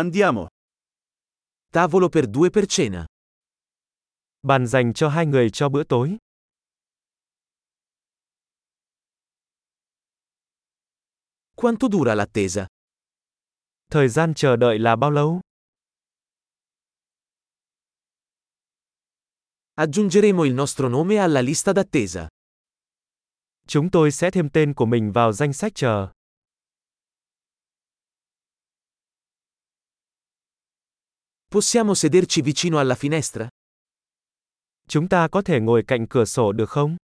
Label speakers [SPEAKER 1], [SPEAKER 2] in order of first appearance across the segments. [SPEAKER 1] Andiamo. Tavolo per due per cena.
[SPEAKER 2] Bàn dành cho hai người cho bữa tối.
[SPEAKER 1] Quanto dura l'attesa?
[SPEAKER 2] Thời gian chờ đợi là bao lâu?
[SPEAKER 1] Aggiungeremo il nostro nome alla lista d'attesa.
[SPEAKER 2] Chúng tôi sẽ thêm tên của mình vào danh sách chờ.
[SPEAKER 1] Possiamo sederci vicino alla finestra?
[SPEAKER 2] Chúng ta có thể ngồi cạnh cửa sổ được không?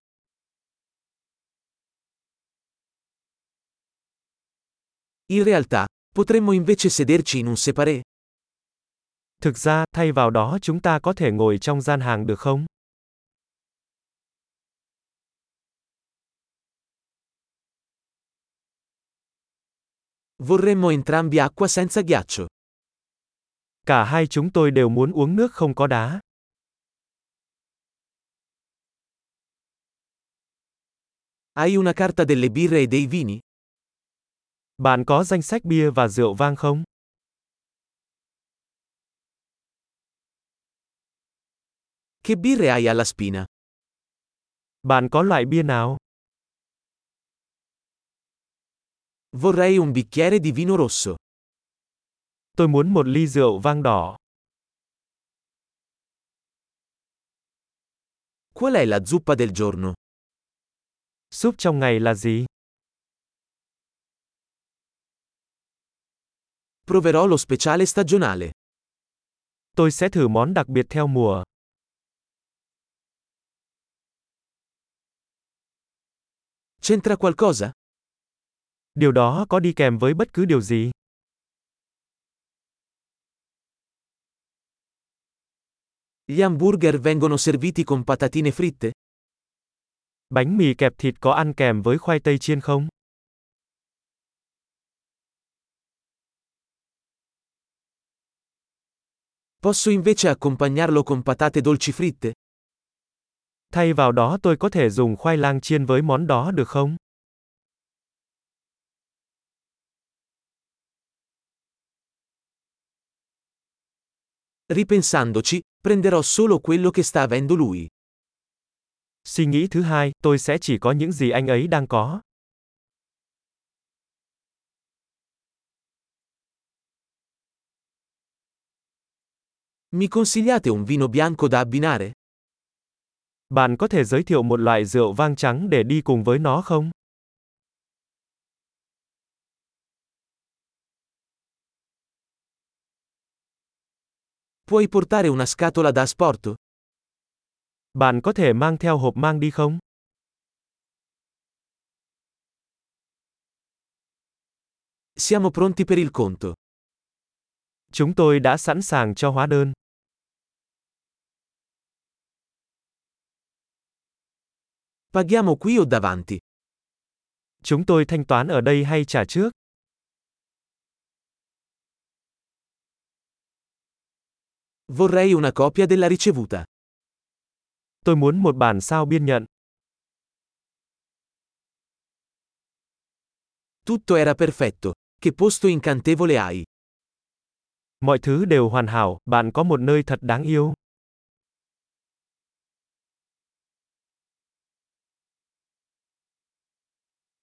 [SPEAKER 1] In realtà, potremmo invece sederci in un separé.
[SPEAKER 2] Thực ra, thay vào đó chúng ta có thể ngồi trong gian hàng được không?
[SPEAKER 1] Vorremmo entrambi acqua senza ghiaccio.
[SPEAKER 2] Cả hai chúng tôi đều muốn uống nước không có đá.
[SPEAKER 1] Hai una carta delle birre e dei vini?
[SPEAKER 2] Bạn có danh sách bia và rượu vang không?
[SPEAKER 1] Che birre hai alla spina?
[SPEAKER 2] Bạn có loại bia nào?
[SPEAKER 1] Vorrei un bicchiere di vino rosso.
[SPEAKER 2] Tôi muốn một ly rượu vang đỏ.
[SPEAKER 1] Qual è la zuppa del giorno?
[SPEAKER 2] Súp trong ngày là gì?
[SPEAKER 1] Proverò lo speciale stagionale.
[SPEAKER 2] Tôi sẽ thử món đặc biệt theo mùa.
[SPEAKER 1] C'entra qualcosa?
[SPEAKER 2] Điều đó có đi kèm với bất cứ điều gì?
[SPEAKER 1] Gli hamburger vengono serviti con patatine fritte?
[SPEAKER 2] Bánh mì kẹp thịt có ăn kèm với khoai tây chiên không?
[SPEAKER 1] Posso invece accompagnarlo con patate dolci fritte?
[SPEAKER 2] Thay vào đó tôi có thể dùng khoai lang chiên với món đó được không?
[SPEAKER 1] Ripensandoci, prenderò solo quello che sta avendo lui.
[SPEAKER 2] Suy nghĩ thứ hai, tôi sẽ chỉ có những gì anh ấy đang có.
[SPEAKER 1] Mi consigliate un vino bianco da abbinare?
[SPEAKER 2] Bạn có thể giới thiệu một loại rượu vang trắng để đi cùng với nó không?
[SPEAKER 1] Puoi portare una scatola da asporto?
[SPEAKER 2] Bạn có thể mang theo hộp mang đi không?
[SPEAKER 1] Siamo pronti per il conto.
[SPEAKER 2] Chúng tôi đã sẵn sàng cho hóa đơn.
[SPEAKER 1] Paghiamo qui o davanti?
[SPEAKER 2] Chúng tôi thanh toán ở đây hay trả trước?
[SPEAKER 1] Vorrei una copia della ricevuta.
[SPEAKER 2] Tôi muốn một bản sao biên nhận.
[SPEAKER 1] Tutto era perfetto. Che posto incantevole hai.
[SPEAKER 2] Mọi thứ đều hoàn hảo, bạn có một nơi thật đáng yêu.